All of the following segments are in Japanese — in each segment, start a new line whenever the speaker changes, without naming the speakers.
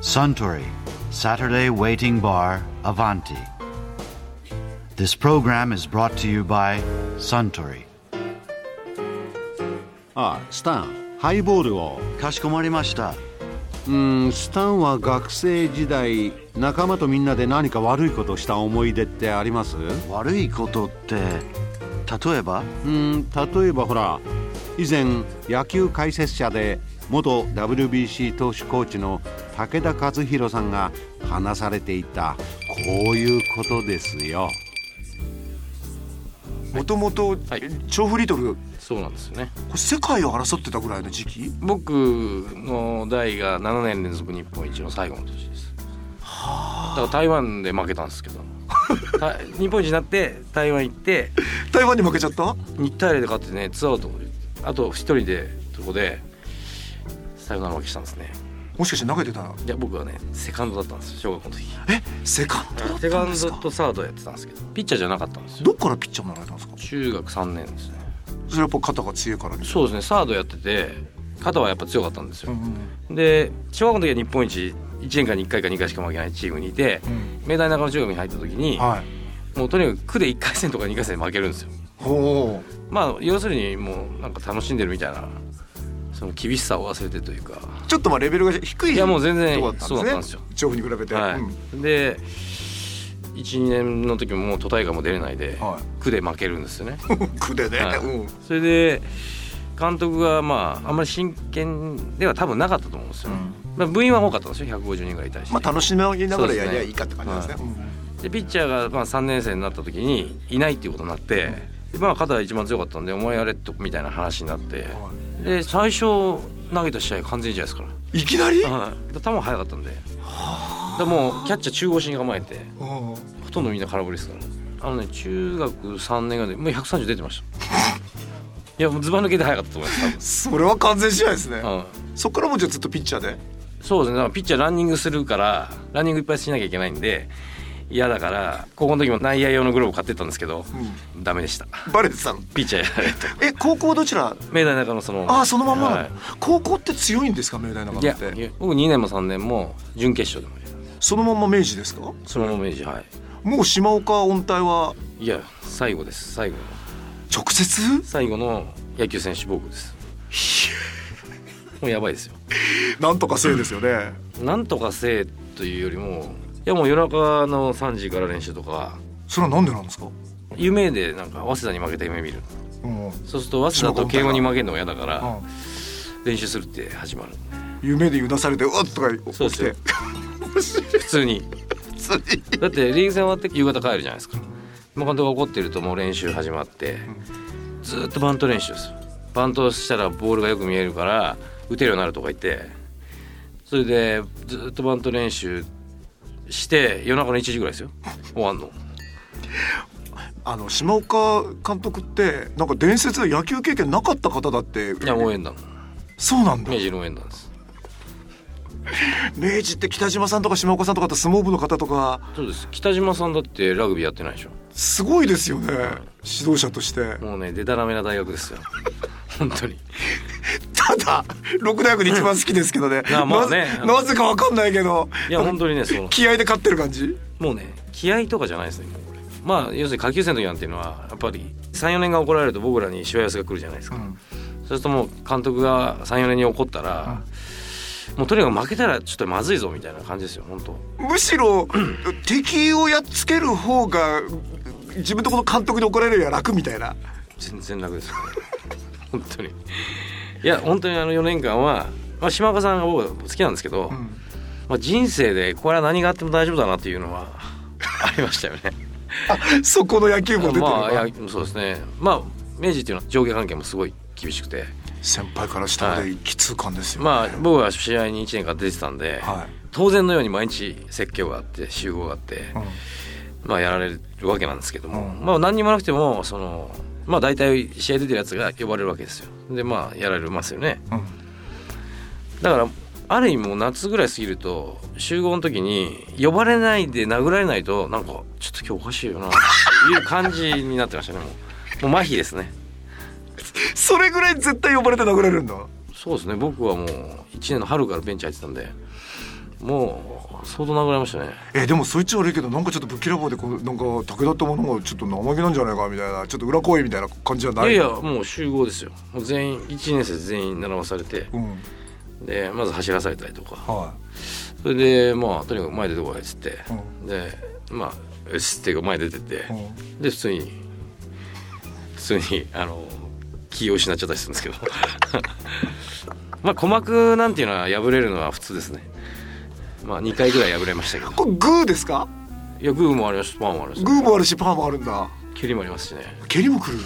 Suntory Saturday Waiting Bar Avanti. This program is brought to you by Suntory.
ああスタンハイボールをうーんスタンは学生時代仲間とみんなで何か悪いことをした思い出ってありますう
かしこまりました。悪いことって、例えば、
ーん例えばほら以前野球解説者で元 WBC 投手コーチの武田和弘さんが話されていたこういうことですよ
もともと
はい
調布リトルこ
そうなんですよね
れ世界を争ってたぐらいの時期
僕の代が7年連続日本一の最後の年ですだから台湾で負けたんです けどた日本一になって台湾行って
台湾に負けちゃった
日体で勝ってねツーアウトあと一人でそこでサヨナラ負けしたんですね
もしかして投げてたら
いや僕はねセカンドだったんですよ小学校の時
えセカンドだっ
セ
た
カ
んで
ン
す
ド
か
とサードやってたんですけどピッチャーじゃなかったんですよ
どっからピッチャーになられたんですか
中学3年ですね
それやっぱ肩が強いからです
そうですねサードやってて肩はやっぱ強かったんです
う
よ
んうん
で小学校の時は日本一1年間に1回か2回しか負けないチームにいて
うん
明大中野中学に入った時に
はい
もうとにかく区で1回戦とか2回戦で負けるんですよ
ほ
まあ要するにもうなんか楽しんでるみたいなその厳しさを忘れてというか
うちょっとまあレベルが低い
いやもう全然
とこだったん
そうだったん
で
です
すね
よ
調布に比べて
はい、
うん
で12年の時ももう都大会も出れないで、
は
区で負けるんですよね、
い区でね
はい
うん
それで監督がまああんまり真剣では多分なかったと思うんですよ、まあ、部員は多かったんですよ150人ぐらいいたりして、
まあ楽しみながらやりゃいいかって感じで
そうですす
ね
でピッチャーがまあ3年生になった時にいないっていうことになって、でまあ、肩が一番強かったんで「お前やれ」とみたいな話になって
うんは
で最初投げた試合完全試合ですから
いいきなり
はい、球も速かったんででもうキャッチャー中腰に構えて
うん
ほとんどみんな空振りですからあのね中学3年ぐらいでもう130出てましたいやもうずば抜けて速かったと思います
それは完全試合ですね
多分、うん、
そっからもうじゃあずっとピッチャーで
そうですねだからピッチャーランニングするからランニングいっぱいしなきゃいけないんで嫌だから高校の時も内野用のグローブ買ってったんですけど、ダメでした
バレてたの
ピッチャーやれ と
え高校どちら
明大中のその
ああそのまんまなの、
はい
高校って強いんですか明大長
い
野
や
って
僕2年も3年も準決勝でもやる
そのまんま明治ですか
そのまま明治はい
もう島岡音体はい
や最後です最後の
直接
最後の野球選手僕ですもうやばいですよ
なんとかせいですよね
なんとかせえというよりもいやもう夜中の3時から練習とか
それはなんでなんですか、
夢でなんか早稲田に負けた夢見る
うんうん、
そうすると早稲田と慶応に負けるのが嫌だから練習するって始まる
夢でうなされてうわっとか起
そう
き
です
て
よ普通に
普通に
だってリーグ戦終わって夕方帰るじゃないですか今監督が怒ってるともう練習始まってずーっとバント練習ですよバントしたらボールがよく見えるから打てるようになるとか言ってそれでずーっとバント練習して夜中の1時ぐらいですよ終わんの
あの島岡監督ってなんか伝説の野球経験なかった方だって
いや応援団
そうなんだ
明治の応援団です
明治って北島さんとか島岡さんとかあと相撲部の方とか
そうです北島さんだってラグビーやってないでしょ
すごいですよね指導者として
もうねでたらめな大学ですよ本当に
ただ六大学で一番好きですけどね
なあまあね
なぜなぜかわかんないけど
いや本当にねその
気合で勝ってる感じ
もうね気合とかじゃないですねもうこれまあ要するに下級生の時なんていうのはやっぱり34年が怒られると僕らにしわ寄せが来るじゃないですか、
ん
そうするともう監督が34年に怒ったら、もうとにかく負けたらちょっとまずいぞみたいな感じですよ本当
むしろ敵をやっつける方が自分とこの監督に怒られるよりは楽みたいな
全然楽ですよ 本当にいや本当にあの4年間は、まあ、島岡さんが僕は好きなんですけど、まあ、人生でこれは何があっても大丈夫だなっていうのは ありましたよね
そこの野球部が出てるのが、
まあいやそうですねまあ明治っていうのは上下関係もすごい厳しくて
先輩からしたらできつ感ですよ、
まあ僕は試合に1年間出てたんで、
はい
当然のように毎日説教があって集合があって、まあやられるわけなんですけども、まあ何にもなくてもそのまあ大体試合出てるやつが呼ばれるわけですよでまあやられますよね、
うん
だからある意味もう夏ぐらい過ぎると集合の時に呼ばれないで殴られないとなんかちょっと今日おかしいよなっていう感じになってましたねもうもう麻痺ですね
それぐらい絶対呼ばれて殴られるんだ
そうですね僕はもう1年の春からベンチ入ってたんでもう相当殴られましたね
えでもそいつ悪いけどなんかちょっとぶっきらぼうでこうなんか武田ってものがちょっと生意気なんじゃないかみたいなちょっと裏声みたいな感じじゃないい
やいやもう集合ですよもう全員1年生全員並ばされて
うん
でまず走らされたりとか
は
それでまあとにかく前出てこいっつって、
う
でまあよしっていうか前出てって、
い、うん
で普通に普通にあの気を失っちゃったりするんですけど まあ鼓膜なんていうのは破れるのは普通ですねまあ2回ぐらい破れましたけど
これグーですか
いやグーもありますしパンもあります
グーもあるしパーもあるんだ
蹴りもありますしね
蹴りも来る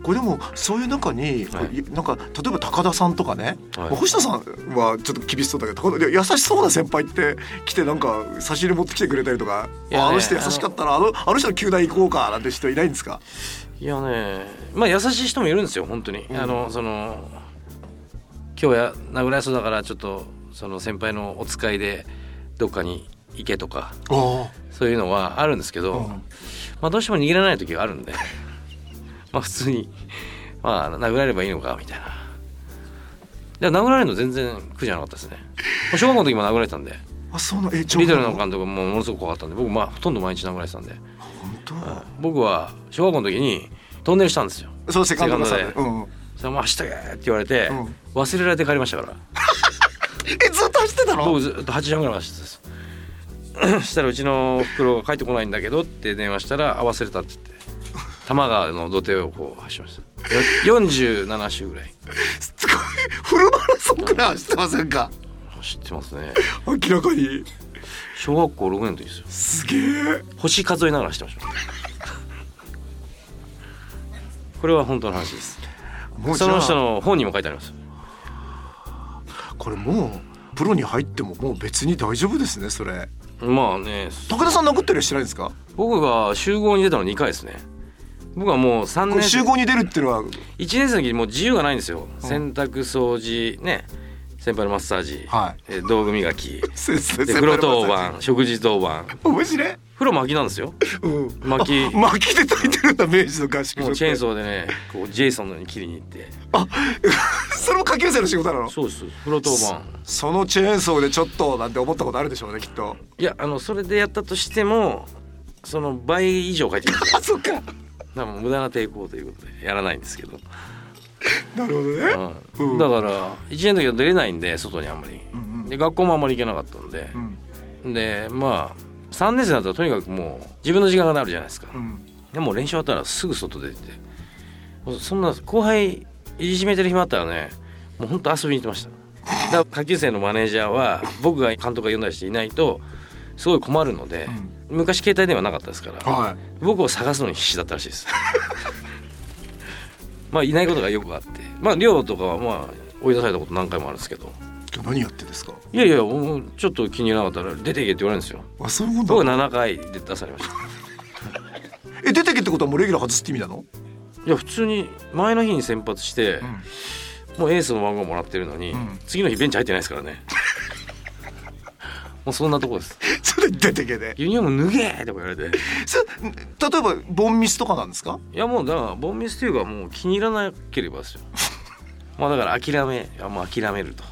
これでもそういう中に、
はい
なんか例えば高田さんとかね、
はい
まあ星田さんはちょっと厳しそうだけど高田いや優しそうな先輩って来てなんか差し入れ持ってきてくれたりとか、
いやね
ああの人優しかったなあのあの人の球団行こうかなんて人いないんですか
いやねまあ優しい人もいるんですよ本当に、あのその今日や殴られそうだからちょっとその先輩のお使いでどっかに行けとか
あ
そういうのはあるんですけど、
うん
まあどうしても逃げられない時があるんで まあ普通にまあ殴られればいいのかみたいなでも殴られるの全然苦じゃなかったですね小学校の時も殴られてたんで
あそうなえち
リトルの
本
監督もものすごく怖かったんで僕まあほとんど毎日殴られてたんで
当、
僕は小学校の時にトンネルしたんですよ
そうセカンドがさ、
セカンド
うん、
それもう走ってけって言われて、
うん
忘れられて帰りましたから
えずっと走ってたの
僕ずっと8時半ぐらいまで走ってたんです したらうちのおふくろが帰ってこないんだけどって電話したら合わせれたって言って多摩川の土手をこう走りましたよ47周ぐらい
すごいフルマラソンくらい走ってませんか
走ってますね
明らかに
小学校6年の時ですよ
すげえ
星数えながら走ってましたこれは本当の話です
もうじ
そ
ゃ
の
あ
人の本にも書いてあります
これもうプロに入ってももう別に大丈夫ですねそれ
まあね
武田さん殴ったりはしないんですか
僕が集合に出たの2回ですね僕はもう3
これ
年
集合に出るっていうのは
1年生の時にもう自由がないんですよ、洗濯掃除ね先輩のマッサージ、
は
え道具 磨き
先生
で風呂当番食事当番
面白い
風呂巻きなんで すよ
うん
巻き
あ巻きで炊いてるんだ明治の合宿
もうチェーンソ
ー
ーでねこうジェイソンのように切りに行って
あそれも下級生の仕事なの
そうです風呂当番
そのチェーンソーでちょっとなんて思ったことあるでしょうねきっと
いやあのそれでやったとしてもその倍以上書いてます
あそっか
だからもう無駄な抵抗ということでやらないんですけど、
なるほどね
うんだから1年の時は出れないんで外にあんまり、
ん
で学校もあんまり行けなかったんで、
うん
でまあ3年生だったらとにかくもう自分の時間がなるじゃないですか、
うん
でもう練習終わったらすぐ外出てそんな後輩いじめてる暇あったらねもうほんと遊びに行ってま しただから下級生のマネージャーは僕が監督が呼んだりしていないとすごい困るので、昔携帯電話なかったですから
はい
僕を探すのに必死だったら しいですまあいないことがよくあってまあ寮とかはまあ追い出されたこと何回もあるんですけど
今日何やってんですか
いやいやもうちょっと気に入らなかったら出ていけって言われるんですよ
あそういう
僕
こ
は
と
7回で出されました
え出てけってことはもうレギュラー外すって意味なの
いや普通に前の日に先発して、もうエースの番号もらってるのに、
ん
次の日ベンチ入ってないですから ねもうそんなとこです
それ出てけで
ユニフォーム脱げとか言われて
そ例えばボンミスとかなんですか
いやもうだからボンミスというかもう気に入らなければ ですよまあだから諦めあもう諦めると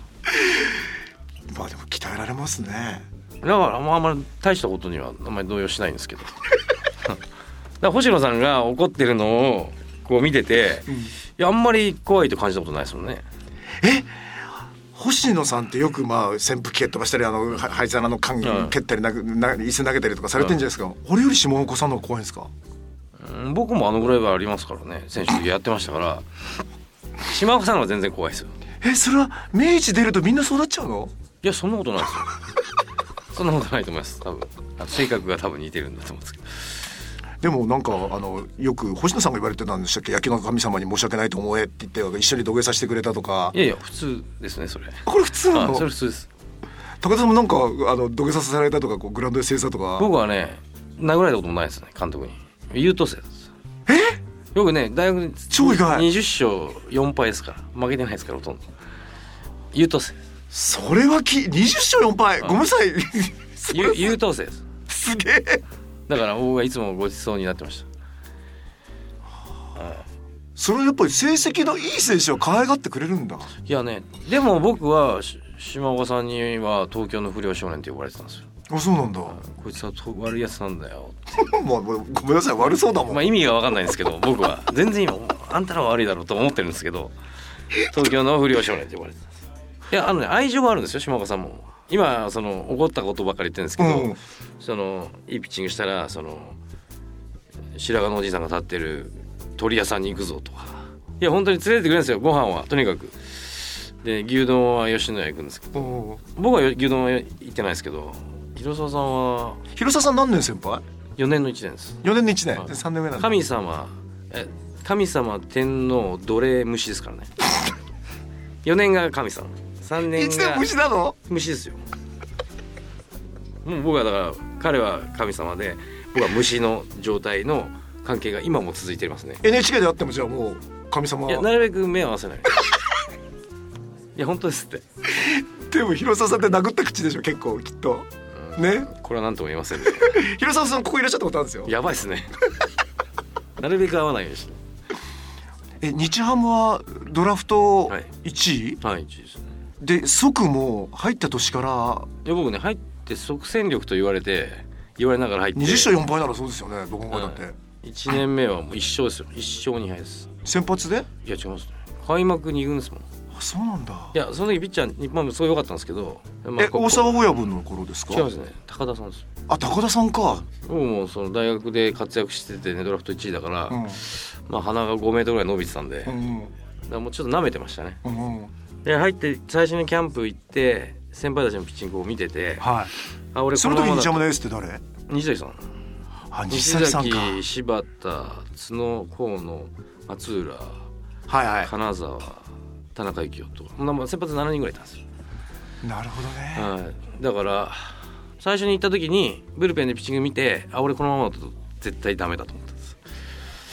まあでも鍛えられますね
だからもうあんまり大したことにはあんまり動揺しないん ですけどだから星野さんが怒ってるのをこう見てて、いやあんまり怖いと感じたことないですもんね
星野さんってよくまあ扇風機蹴っ飛ばしたりあのは灰皿の缶
うん
蹴ったりなくな椅子投げたりとかされてんじゃないですか、俺より下岡さんの方が怖いんですか
うん僕もあのぐらいはありますからね選手の時やってましたから島岡さんの方が全然怖いですよ
えそれは明治出るとみんなそうなっちゃうの
いやそんなことないですよそんなことないと思います多分あの性格が多分似てるんだと思うんですけど
でもなんかあのよく星野さんが言われてたんでしたっけ野球の神様に申し訳ないと思えって言って一緒に土下座してくれたとか
いやいや普通ですねそれ
これ普通な
あ
の
そ
高
れ普通です
田さんもなんかあの土下座させられたとかこうグラウンドで正座とか
僕はね殴られたこともないですね監督に優等生ですえよくね大学に
超意外
20勝4敗ですから負けてないですからほとんど優等生です
それはき20勝4敗ごめんなさい それ
優優等生です
すげえ
だから僕はいつもごちそうになってました
それはやっぱり成績のいい選手は可愛がってくれるんだ
いやねでも僕はし島岡さんには東京の不良少年って呼ばれてたんですよ
あそうなんだ
こいつはと悪いやつなんだよ
まあごめんなさい悪そうだもん、
まあ意味が分かんないんです けど僕は全然今あんたらは悪いだろうと思ってるんですけど東京の不良少年って呼ばれてたんですいやあのね愛情はあるんですよ島岡さんも今その怒ったことばっかり言ってるんですけど、
うん
そのいいピッチングしたらその白髪のおじいさんが立ってる鳥屋さんに行くぞとかいや本当に連れてってくれるんですよご飯はとにかくで牛丼は吉野家行くんですけど
うん
僕は牛丼は行ってないですけど広沢さんは
広沢さん何年先輩
4年の1年です
4年に1年、
はい
3年目なんだ
神様え神様天皇奴隷虫ですからね4年が神様3年
1
が
年虫なの
虫ですよもう僕はだから彼は神様で僕は虫の状態の関係が今も続いていますね
NHK であってもじゃあもう神様
いやなるべく目を合わせない いや本当ですって
でも広沢さんって殴った口でしょ結構きっとね
これは何とも言えませんね
広沢さんここいらっしゃったことあるんですよ
やばいで すねなるべく会わないようにして
え日ハムはドラフト
はい
1位、
はい一位ですね
で即もう入った年から
いや僕ね入って即戦力と言われて言われながら入って
20勝4敗ならそうですよねどこまでだって、
はい1年目はもう一勝ですよ一勝二敗です
先発で
いや違いますね開幕二軍ですもんい
あそうなんだ
やその時ピッチャー日本もすごい良かったんですけど、ま
え
ここ
大沢親分の頃ですか
違いますね高田さんです
あ高田さんか、
僕もその大学で活躍しててねドラフト1位だから、
うん
まあ鼻が5メートルぐらい伸びてたんで、
う
だか
ん
らもうちょっと舐めてましたね
うんうん
で入って最初にキャンプ行って先輩たちのピッチングを見てて
はい
あ俺
そ
こ
の
の
時
まま
に
だ
ジャ
と
ムのエースって誰
西崎さん
あ西
西
崎さんか
崎柴田角河野松浦
はいは
金沢田中幸雄とそんなもん先発7人ぐらいいたんですよ、
いなるほどね
はい、だから最初に行った時にブルペンでピッチング見てあ俺このままだと絶対ダメだと思ったんです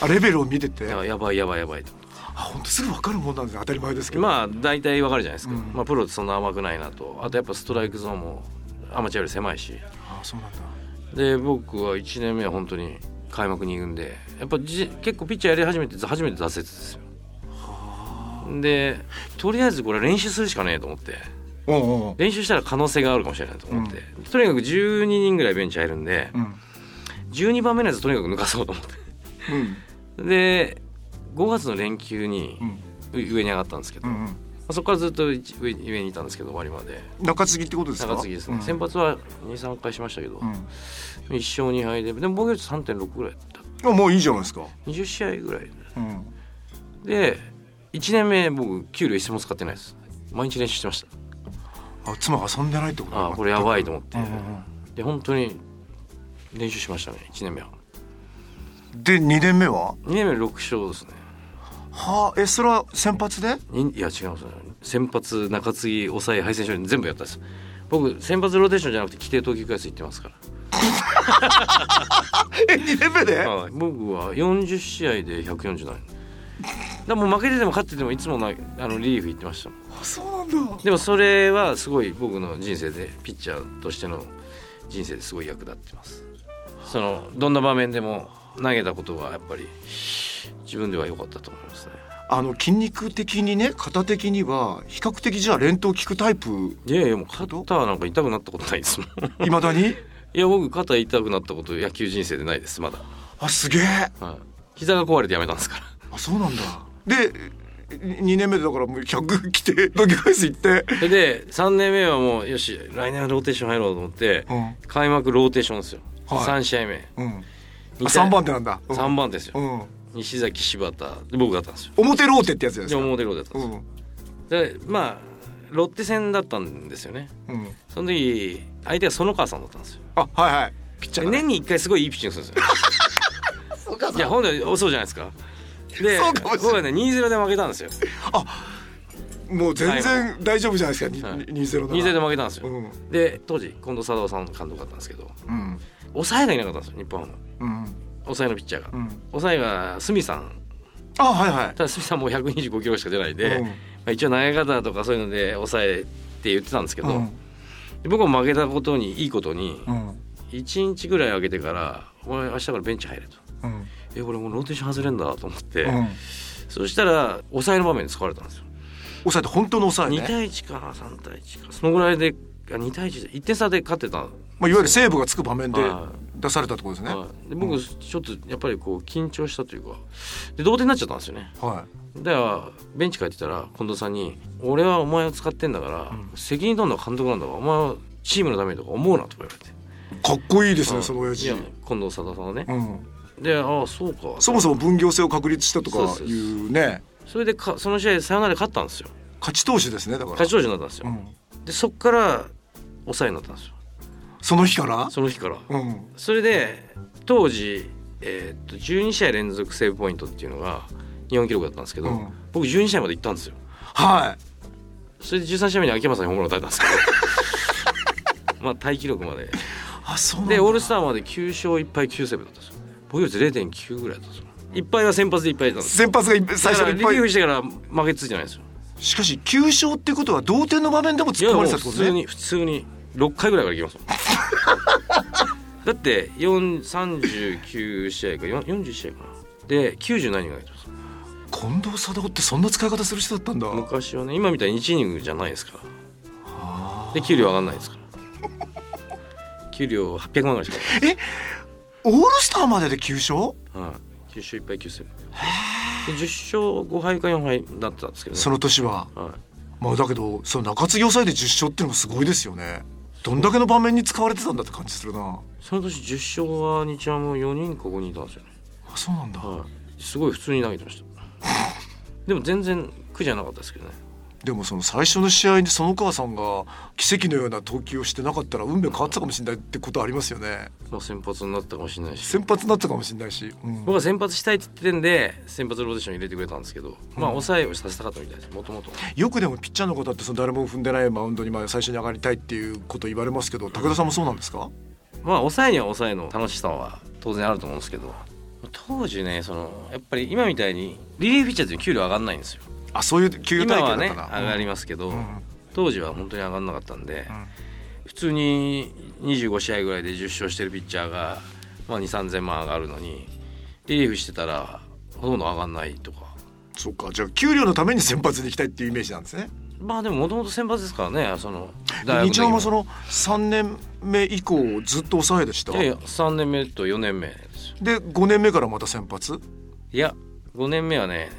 あレベルを見てて
いややばいやばいやばいと思っ
あ本当すぐ分かるもんなんですね当たり前ですけ
て
ど、
まあ大体わかるじゃないですか、
うん
まあ、プロってそんな甘くないなとあとやっぱストライクゾーンもアマチュアより狭いし
あそうなんだ
で僕は1年目は本当に開幕2軍でやっぱじ結構ピッチャーやり始めて初めて挫折ですよでとりあえずこれ練習するしかねえと思って
うんうんうん
練習したら可能性があるかもしれないと思って、とにかく12人ぐらいベンチ入るんで
うん
12番目のやつとにかく抜かそうと思って
うん
で5月の連休に
うん
う上に上がったんですけど、
う
ま
ん
あそこからずっと一上上にいたんですけど終わりまで
うん中継ぎってことですか
中継ぎですね、
うん
先発は23回しましたけど、
う
1勝2敗ででも防御率3.6ぐらいだった
んあもういいじゃないですか
20試合ぐらい
うん
で1年目僕給料一銭も使ってないです毎日練習してました
あ妻が遊んでないってこと
ああこれやばいと思って、
うんうん
で本当に練習しましたね1年目は
うんで二年目は
2年目6勝ですね
はあえそれは先発で
にいや違いますね先発中継ぎ抑え敗戦処理全部やったんです僕先発ローテーションじゃなくて規定投球回数いってますか
え二年目で
ら、はい僕は40試合で147だからもう負けてても勝っててもいつもなあのリリーフ行ってましたもん
あそうなんだ
でもそれはすごい僕の人生でピッチャーとしての人生ですごい役立ってますそのどんな場面でも投げたことはやっぱり自分では良かったと思いますね
あの筋肉的にね肩的には比較的じゃあ連投効くタイプ
いやいやもう肩なんか痛くなったことないですもん
いまだに
いや僕肩痛くなったこと野球人生でないですまだ
あすげえ
はい膝が壊れてやめたんですから
あそうなんだで二年目でだからもう100来てドキュ返す行って
それで3年目はもうよし来年はローテーション入ろうと思って、
うん
開幕ローテーションですよ、
はい
3試合目
うん
二
あ
対
三番手なんだうん
三番手ですよ、
うん
西崎柴田で僕だったんですよ
表ローテってやつじゃない
で
ですか
表ローテだったん
う
です
ん
よでまあロッテ戦だったんですよね
うん
その時相手は園川さんだったんですよ
あはいはいピッチャー
で
だね
年に1回すごいいいピッチングするんです よいやほんでそうじゃないですかで
そうかもしれない
僕はね2-0で負けたんですよ
もう全然大丈夫じゃないですか、
はい
にに20
2-0で
だ
負けたんですよ、
うん
で当時近藤貞夫さん監督だったんですけど
うん
抑えがいなかったんですよ日本ハムの
うん
抑えのピッチャーが、
うん
抑えが鷲見さん
あはいはい
ただ鷲見さんもう125キロしか出ないで、
うん
まあ、一応投げ方とかそういうので抑えって言ってたんですけど、
うん
で僕も負けたことにいいことに
うん
1日ぐらい空けてから「お前明日からベンチ入れ」と
うん
「え俺もうローテーション外れんだ」と思って、
うん
そしたら抑えの場面で使われたんですよ
抑えて本当の抑え
2
ね、
対1か3対1かそのぐらいであ2対1で1点差で勝ってたの
まあ、いわゆるセーブがつく場面で
は
出されたってことですね。は
はいで僕ちょっとやっぱりこう緊張したというかで同点になっちゃったんですよね
い。
だからベンチ帰ってたら近藤さんに「俺はお前を使ってんだから、責任取るのは監督なんだからお前はチームのためにとか思うな」とか言われて
かっこいいで
です
ね、その親父。う
近藤貞さんのね、
ん。
でああそうか
そもそも分業制を確立したと
そう
か
そうそう
いうね、
それでかその試合サヨナラで勝ったんですよ
勝ち投手ですね、だから。
勝ち投手になったんですよ、
うん。
でそっから抑えになったんですよ
その日から。
その日から
うん。
それで当時、えーっと12試合連続セーブポイントっていうのが日本記録だったんですけど、
うん
僕12試合まで行ったんですよ
はい。
それで13試合目に秋山さんにホームラン打たれたんです けどまあタイ記録まで
あ、そうなんだ。
でオールスターまで9勝1敗9セーブだったんですよ防御率0.9ぐらいだったんですよ1敗は先発でいっぱいだったんです
先発がいっぱい最
だか
初に
らリ
い
リ
っぱ
ーフ
い。
してから負けついてないんですよ
しかし、9勝ってことは同点の場面でも突っ込まれてたって
普
こと
通
ね。
に普通に6回ぐらいから行きますもん だって4 39試合か4 40試合かなで90何人がやってます
近藤貞夫ってそんな使い方する人だったんだ。
昔はね今みたいに1イニングじゃないですからで給料上がんないですから給料800万ぐらいしか
オールスターまでで9勝。
ない、はい9勝1敗9戦で10勝5敗か4敗だったんですけどね
その年は。
はい
まあ、だけど、その中継ぎ抑えで10勝っていうのもすごいですよね。どんだけの場面に使われてたんだって感じするな。
その年10勝は日ハム4人か5人いたんですよね
あ、そうなんだ。
はい、すごい普通に投げてました でも全然苦じゃなかったですけどね
でもその最初の試合にその川さんが奇跡のような投球をしてなかったら運命変わってたかもしれないってことありますよね
まあ先発になったかもしれないし
先発になってたかもしれないし、うん
僕は先発したいって言ってんで先発ローテーション入れてくれたんですけどまあ抑えをさせたかったみたいですもともと
よくでもピッチャーの方ってその誰も踏んでないマウンドにまあ最初に上がりたいっていうこと言われますけど武田さんもそうなんですか
まあ抑えには抑えの楽しさは当然あると思うんですけど当時ねそのやっぱり今みたいにリリーフピッチャーって給料上がんないんですよ
あそういう給与
今
体系だ
は
った
ね上
ら、
がりますけど、
ん
当時は本当に上がんなかったんで、
ん
普通に25試合ぐらいで10勝してるピッチャーが、まあ、2 3 0 0 0万上がるのにリリーフしてたらほとんど上がんないとか
そうかじゃあ給料のために先発に行きたいっていうイメージなんですね
まあでももともと先発ですからねその大
日
学
ハムは
の
その3年目以降ずっと抑えでした
時もいやいや3年目と4年目ですよ
で5年目からまた先発
いや5年目はね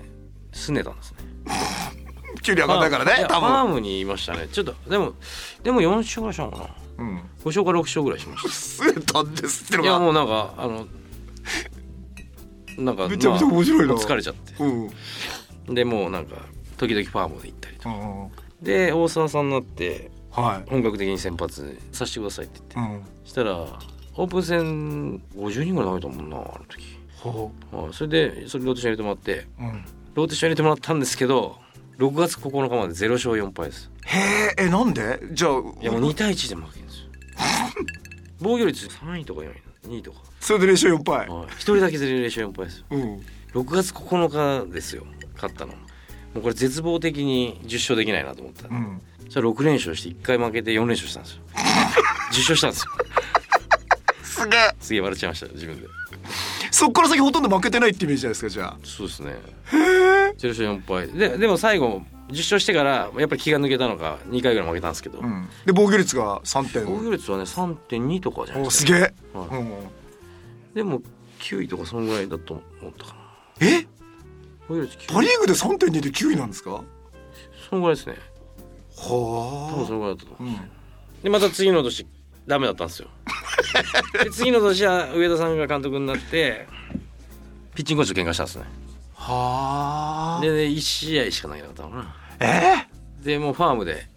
拗ねたんですね
給料上がんないから
い
ね
や
多
ファー
分
ムにいましたねちょっとでもでも4勝ぐらいしたのかな
うん
5勝か6勝ぐらいしました
据えたんですっての
いや
が
もうなんかあのなんか
めちゃめちゃ面白いな
まあもう疲れちゃって
うん
でもうなんか時々ファームで行ったりとか
うん
で大沢さんになって
はい
本格的に先発させてくださいって言って
うん、
したらオープン戦50人ぐらい投げたもんなあの時
ほ
はいそれでそれローテーション入れてもらって
う、うん、
ローテーション入れてもらったんですけど6月9日まで0勝4敗です
へええなんでじゃあ
いやもう2対1で負ける んですよ防御率3位とか4位2位とか、
それで練習4敗、
はい、1人だけ0勝4敗ですよ
うん、
6月9日ですよ勝ったのもうこれ絶望的に10勝できないなと思った、
ん
じゃあ6連勝して1回負けて4連勝したんですよ 10勝したんですよ
すげえ
すげえ笑っちゃいました自分で
そっから先ほとんど負けてないってイメージじゃないですかじゃあ
そうですね10勝4敗ででも最後10勝してからやっぱり気が抜けたのか2回ぐらい負けたんですけど、
うんで防御率が3
防
点
御率はね3.2とかじゃない
お
です
す
か
げえ、
は
うん、
でも9位とかそのぐらいだと思ったかな
え
防御率9
パ・リーグで3.2で9位なんですか
そのぐらいですね
は
多分そのぐらいだったと思う
あ、うん、
でまた次の年ダメだったんで すよで次の年は上田さんが監督になってピッチングコーチと喧嘩したんですね
はあ
でで1試合しか投げなかったのかな
え
でもうファームで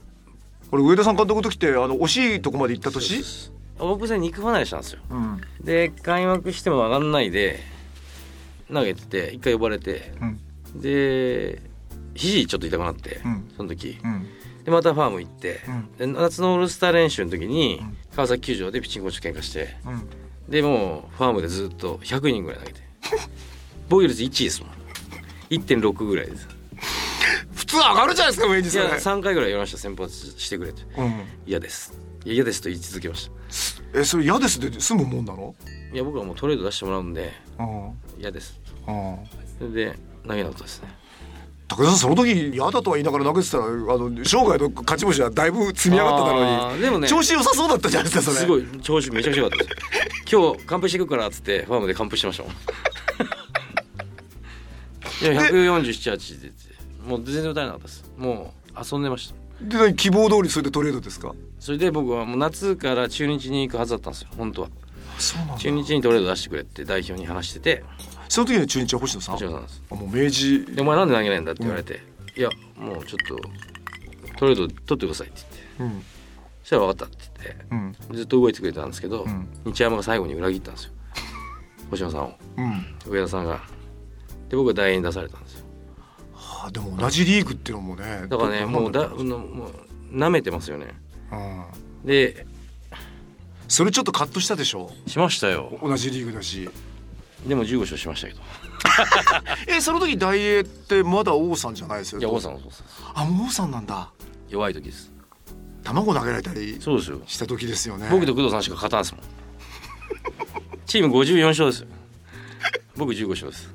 これ上田さん監督の時ってあの惜しいとこまで行った
そう
年
ですオープン戦肉離れしたんですよ
うん
で開幕しても上がんないで投げてて一回呼ばれて
うん
で肘ちょっと痛くなって、
うん
その時
うん
でまたファーム行って、
うん
で夏のオールスター練習の時に川崎球場でピッチングコーチと喧嘩して
うん
でもうファームでずっと100人ぐらい投げて 防御率1位ですもん1.6ぐらいです
普通上がるじゃないですか上に
い
それ
や3回ぐらいやりました先発してくれて
うん、
嫌ですいや嫌ですと言い続けました
えそれ嫌ですで済むもんなの
いや僕はもうトレード出してもらうんで
うん
嫌です
うん
それで投げなかったですね
武田さんその時嫌だとは言いながら投げてたらあの生涯の勝ち星はだいぶ積み上がってたの
あ
に
ーでもね
調子良さそうだったじゃないですかそれ
すごい調子めちゃくちゃ良かったですよ今日完封してくるからっつってファームで完封してましたもん いや1478でもう全然歌えなかったですもう遊んでました
で何希望通りそれでトレードですか
それで僕はもう夏から中日に行くはずだったんですよ本当は
そうなん
中日にトレード出してくれって代表に話してて
その時の中日は星野さん
星野さんです
あもう明治
「でお前なんで投げないんだ?」って言われて「いやもうちょっとトレード取ってください」って言って
うん
そしたら分かったって言って
うん
ずっと動いてくれたんですけど、
ん
日山が最後に裏切ったんですよ星野さんを
うん
上田さんがで僕は代演に出されたんですよ
はあでも同じリーグっていうのもね
だからね
ど
もう
ど
だうんもう舐めてますよね
うん
で
それちょっとカットしたでしょ
しましたよ
同じリーグだし
でも15勝しましたけど
えその時大英ってまだ王さんじゃないですよ
いや王さんもそうです
あもう王さんなんだ
弱い時です
卵投げられたり
そうですよ
した時ですよね
僕と工藤さんしか勝たんですもんチーム54勝ですよ僕15勝です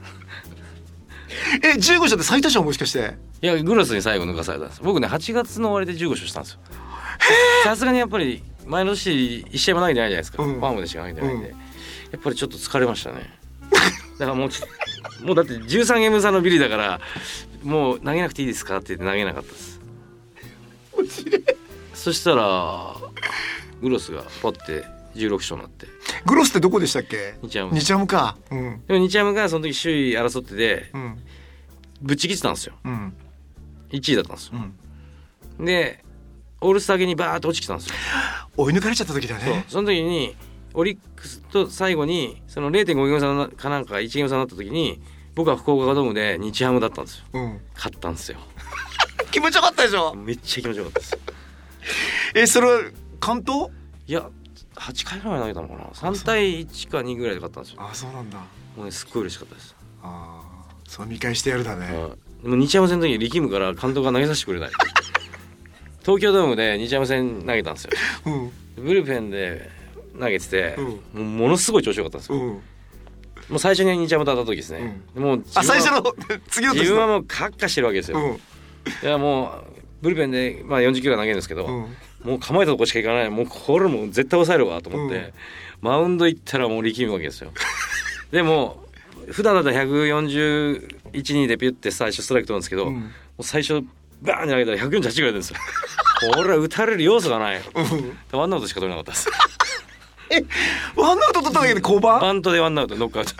え15勝って最多勝もしかして
いやグロスに最後抜かされたんです僕ね8月の終わりで15勝したんですよさすがにやっぱり前の年1試合も投げてないじゃないですか、
うん
ファームでしか投げてないんで、やっぱりちょっと疲れましたねだからもうちょっともうだって13ゲーム差のビリだからもう投げなくていいですかって言って投げなかったですそしたらグロスがポッて16勝になって
グロスってどこでしたっけ
日ハム
日ハムかうん
でも日ハムがその時首位争ってて
うん
ぶっちぎってたんですよ
うん
1位だったんですよ
うん
でオールスターゲにバーッと落ちてきたんですよ
追い抜かれちゃった時だ
そう
ね
その時にオリックスと最後にその0.5ゲーム差のかなんか1ゲーム差になった時に僕は福岡ドームで日ハムだったんですよ
うん
勝ったんですよ
気持ちよかったでしょ
めっちゃ気持ちよかったです
えそれは関東
いや8回ぐらい投げたのかな3対1か2ぐらいで勝ったんですよ
あそうなんだ
もうねすっごい嬉しかったです、
あーそう見返してやるだね
うんでも日ハム戦の時力むから監督が投げさせてくれない東京ドームで日ハム戦投げたんですよ
うん
ブルペンで投げてて、
うん
もうものすごい調子よかったんですよ、
うん
もう最初に日ハムと当たった時ですね、もう自分は
あ最初の次の
自
年
分は
の
もうカッカしてるわけですよ、
うん
いやもうブルペンで、まあ、40キロ投げるんですけど、
うん
もう構えたとこしか行かないもうこれもう絶対抑えるわと思って、
うん
マウンド行ったらもう力むわけですよでも普段だったら1412でピュって最初ストライク取るんですけど、
うん
もう最初バーンって投げたら148ぐらい出るんですよこれは打たれる要素がない
うん
ワンアウトしか取れなかったです
ワンアウト取っただけで降板
バントでワンアウトノックアウト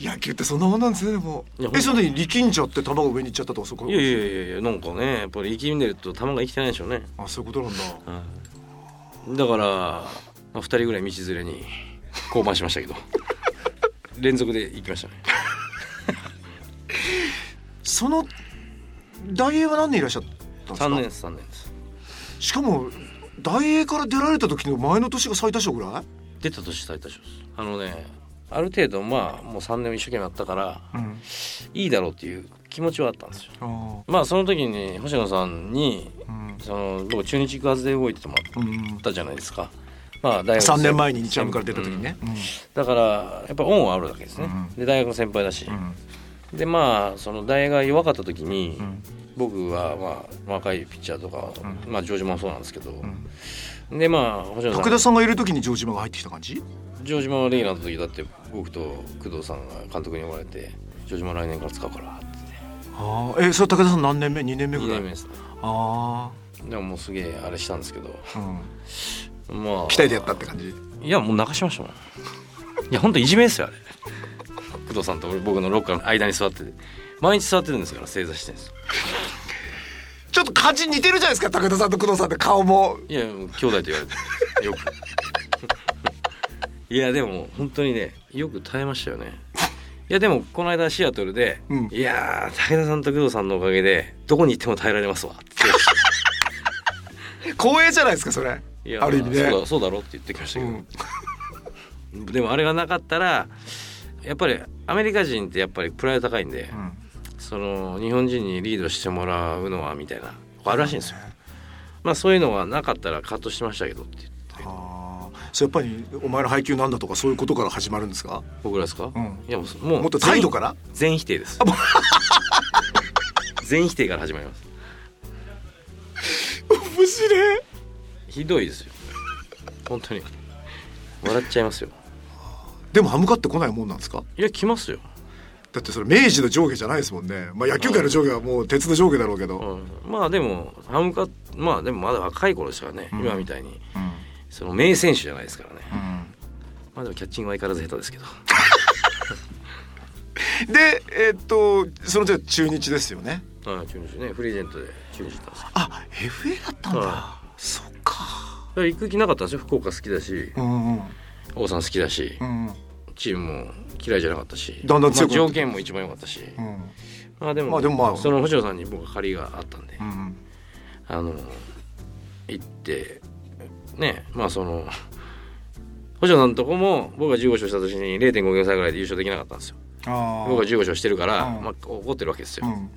野球ってそんなもんなんですねでも
いやほんと
えその時力んじゃって球が上に行っちゃったとかそこ
いやいやいやいやなんかねやっぱり生きんでると球が生きてないでしょうね
あそういうことなんだ
だから2人ぐらい道連れに降板しましたけど 連続で行きましたね
その大英は何年いらっしゃったんですか
3年です3年です
しかも大英から出られた時の前の年が最多勝ぐらい
出た年最多勝ですあのねある程度まあもう3年も一生懸命やったから、
ん
いいだろうっていう気持ちはあったんですよ
あ
まあその時に星野さんに、その僕中日行くはずで動いててもらったじゃないですか、まあ大学
3年前に日ハムから出た時にね、
だからやっぱ恩はあるわけですね、で大学の先輩だし、でまあその大学が弱かった時に、僕はまあ若いピッチャーとか、まあジョージもそうなんですけど、でまあ星野さん
武田さんがいる時に城島が入ってきた感じ
ジョージマレギュラーの時だって僕と工藤さんが監督に呼ばれて「ジョージマ来年から使うから」って
ああえそれ武田さん何年目2年目
2
ぐら
年
い
目ですね
あ
でももうすげえあれしたんですけど
あ、うん、
まあ
期待でやったって感じ
いやもう泣かしましたもんいやほんといじめですよあれ工藤さんと俺僕のロッカーの間に座ってて毎日座ってるんですから正座してるんです
ちょっと感じ似てるじゃないですか武田さんと工藤さんって顔も
いやもう兄弟と言われて よくいやでも本当にねよく耐えましたよねいやでもこの間シアトルで「
うん
いやー武田さんと工藤さんのおかげでどこに行っても耐えられますわ」って言ってまし
光栄じゃないですかそれ
たい や
ある意味ね
そうだそうだろうって言ってきましたけ
う
ど、
ん
でもあれがなかったらやっぱりアメリカ人ってやっぱりプライド高いんで、その日本人にリードしてもらうのはみたいなあるらしいんですよまあそういうのがなかったらカットしてましたけどって言って
あーそれやっぱりお前の配給なんだとかそういうことから始まるんですか
僕らですか、
ん
いやもうもう
もっと態度から
全全否定です 全否定から始まります
面白い
ひどいですよ本当に笑っちゃいますよ
でも歯向かってこないもんなんですか
いや来ますよ、
だってそれ明治の上下じゃないですもんねまあ野球界の上下はもう鉄の上下だろうけど、
うん、まあでも歯向かっまあでもまだ若い頃ですからね、今みたいに
うん
その名選手じゃないですからね、まあでもキャッチングは相変わらず下手ですけど
でえーっとその時は中日ですよね
ああ中日ねフリーエージェントで中日行ったんですけ
あ FA だったん
ど、
だ、
は
そっか
い行く気なかったんですよ福岡好きだし
うんうん
王さん好きだし
うん
チームも嫌いじゃなかったし
だんだん強くなって
まあ条件も一番良かったし、
うん
まあでも,、
まあでもまあ
その星野さんに僕は借りがあったんで、
うん
あの行ってねまあその星野さんのとこも僕が15勝した年に0.5秒差ぐらいで優勝できなかったんですよ
ああ
僕が15勝してるから、
うん
まあ、怒ってるわけですよ、
うん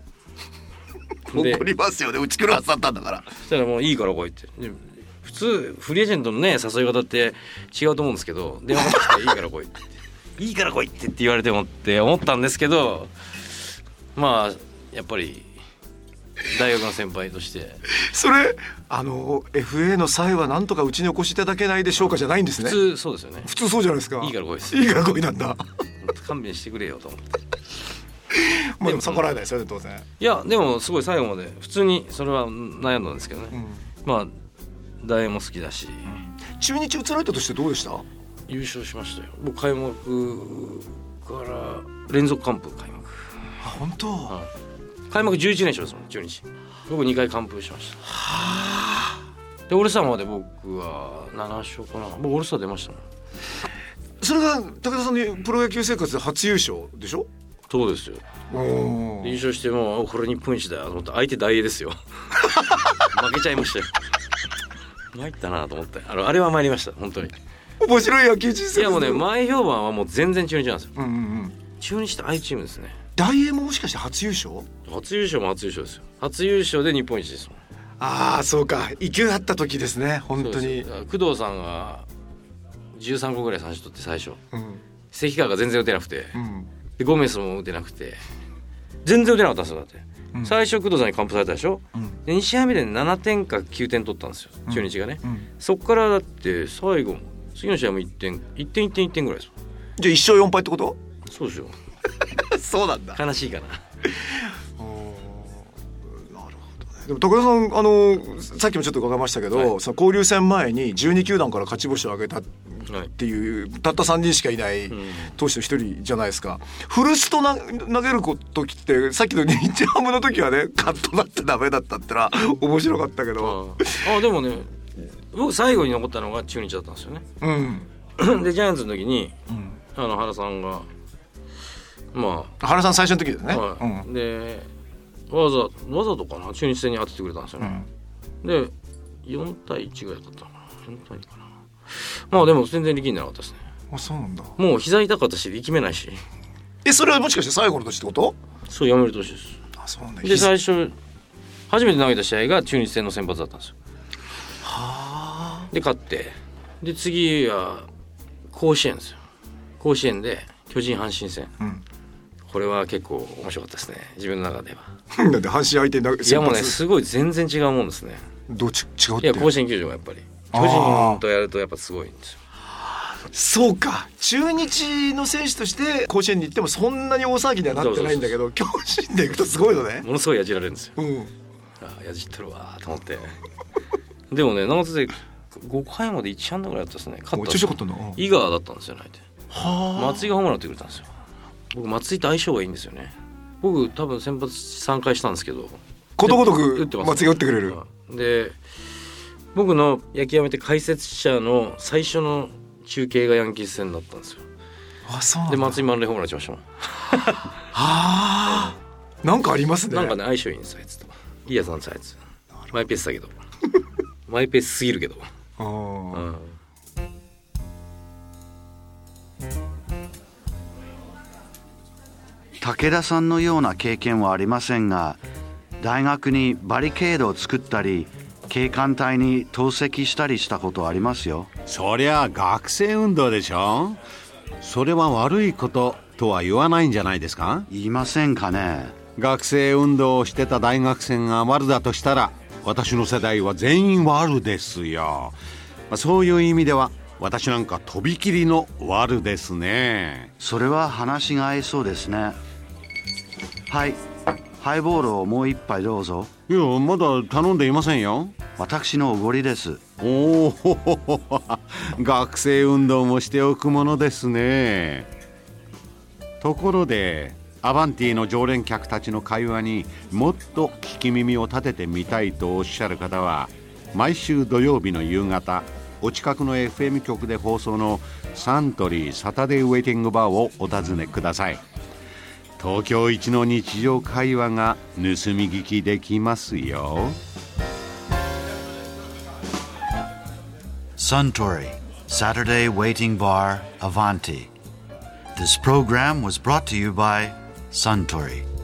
で
怒りますよねうち狂わさったんだから
そしたらもういいから来いってで普通フリーエージェントのね誘い方って違うと思うんですけど電話が来て「いいから来 い」って「いいから来い」ってって言われてもって思ったんですけどまあやっぱり大学の先輩として
それあの FA の際はなんとかうちにお越しいただけないでしょうかじゃないんです
普
ね
通そうですよね
普通そうじゃないですか
いいから来いです
いいから来いなん だ
勘弁してくれよと思って
まあでも逆らえないですよね当然
いやでもすごい最後まで普通にそれは悩んだんですけどね、まあ大学も好きだし
中日移られたとしてどうでした
優勝しましたよ僕開幕から連続完封開幕
あ本当、
開幕11連勝ですもん中日僕2回完封しましたでオールスターまで僕は7勝かな僕オールスター出ましたもん
それが武田さんのプロ野球生活で初優勝でしょ
そうですよ
お
優勝してもうこれ日本一だと思って相手大英です よ負けちゃいましたよ参ったなと思ってあのあれは参りました本当に
面白い野球人生
いやもう
です
ね前評判はもう全然中日なんですよ
うんうんうん
中日ってああいうチームですね
大英ももしかして初優勝
初優勝も初優勝ですよ初優勝で日本一ですもん
ああそうか勢いあった時ですね本当
そうで
に
すよだから工藤さんが13個ぐらい三振取って最初
うん
関川が全然打てなくて、
うん
でゴメスも打てなくて全然打てなかったんですよだって、最初工藤さんに完封されたでしょ、
うん
で2試合目で7点か9点取ったんですよ中日がね、
ん
そっからだって最後も次の試合も1点1点1点1点ぐらいですも
じゃあ一勝四敗ってこと
んそうでしょ
そうなんだ
悲しいかな
なるほどねでも徳田さんあのさっきもちょっと伺いましたけど、
は
その交流戦前に12球団から勝ち星を挙げたっ
はい
ていうたった3人しかいない
ん
投手の一人じゃないですか、フルストな投げる時ってさっきの日ハムの時はねカットなってダメだったってのは面白かったけど、
あーあでもね僕最後に残ったのが中日だったんですよね
うん、
でジャイアンツの時に、あの原さんがまあ
原さん最初の時だよね、
はい
うん
でわざわざとかな中日戦に当ててくれたんですよね、で4対1ぐらいだったのかな4対2かなまあでも全然力んでなかったですね
あそうなんだ
もう膝痛かったし力めないし
えそれはもしかして最後の年ってこと
そうやめる年です
あそうなんだ
で最初初めて投げた試合が中日戦の先発だったんですよで勝ってで次は甲子園ですよ甲子園で巨人阪神戦、
ん
これは結構面白かったですね自分の中では
だって阪神相手に投げ
いやもうね
先発
すごい全然違うもんですね
どうち違うっ
い
て
や甲子園球場がやっぱり巨
あー
人とやるとやっぱすごいんですよ
そうか中日の選手として甲子園に行ってもそんなに大騒ぎにはなってないんだけど巨人で行くとすごいの ね
ものすごいやじられるんですよ
うん
ああやじっとるわーと思 ってでもね長津で5回まで1安打ぐらいだったですね勝ったんですよ
ったのは
井川だったんですよ相手
あ
松井がホームラン打ってくれたんですよ僕松井と相性がいいんですよね僕多分先発3回したんですけど
ことごと
打
く
ってます
松井が打ってくれる
うんで僕の野球やめて解説者の最初の中継がヤンキース戦だったんですよ
あそう
で松井満塁ホームラン打ちましたもん
ああなんかありますね
なんかね相性いいんですあいつといいやつなんですあいつマイペースだけどマイペースすぎる けど、
あー
うん、
武田さんのような経験はありませんが大学にバリケードを作ったり警官隊に投石したりしたことありますよ
そりゃ学生運動でしょそれは悪いこととは言わないんじゃないですか
言いませんかね
学生運動をしてた大学生が悪だとしたら私の世代は全員悪ですよ、まあ、そういう意味では私なんかとびきりの悪ですね
それは話が合いそうですねはいハイボールをもう一杯どうぞ
いやまだ頼んでいませんよ
私のおごりです
おお 学生運動もしておくものですねところでアバンティの常連客たちの会話にもっと聞き耳を立ててみたいとおっしゃる方は毎週土曜日の夕方お近くの FM 局で放送のサントリーサタデーウェイティングバーをお尋ねください東京一の日常会話が盗み聞きできますよ
Suntory Saturday Waiting Bar Avanti This program was brought to you by Suntory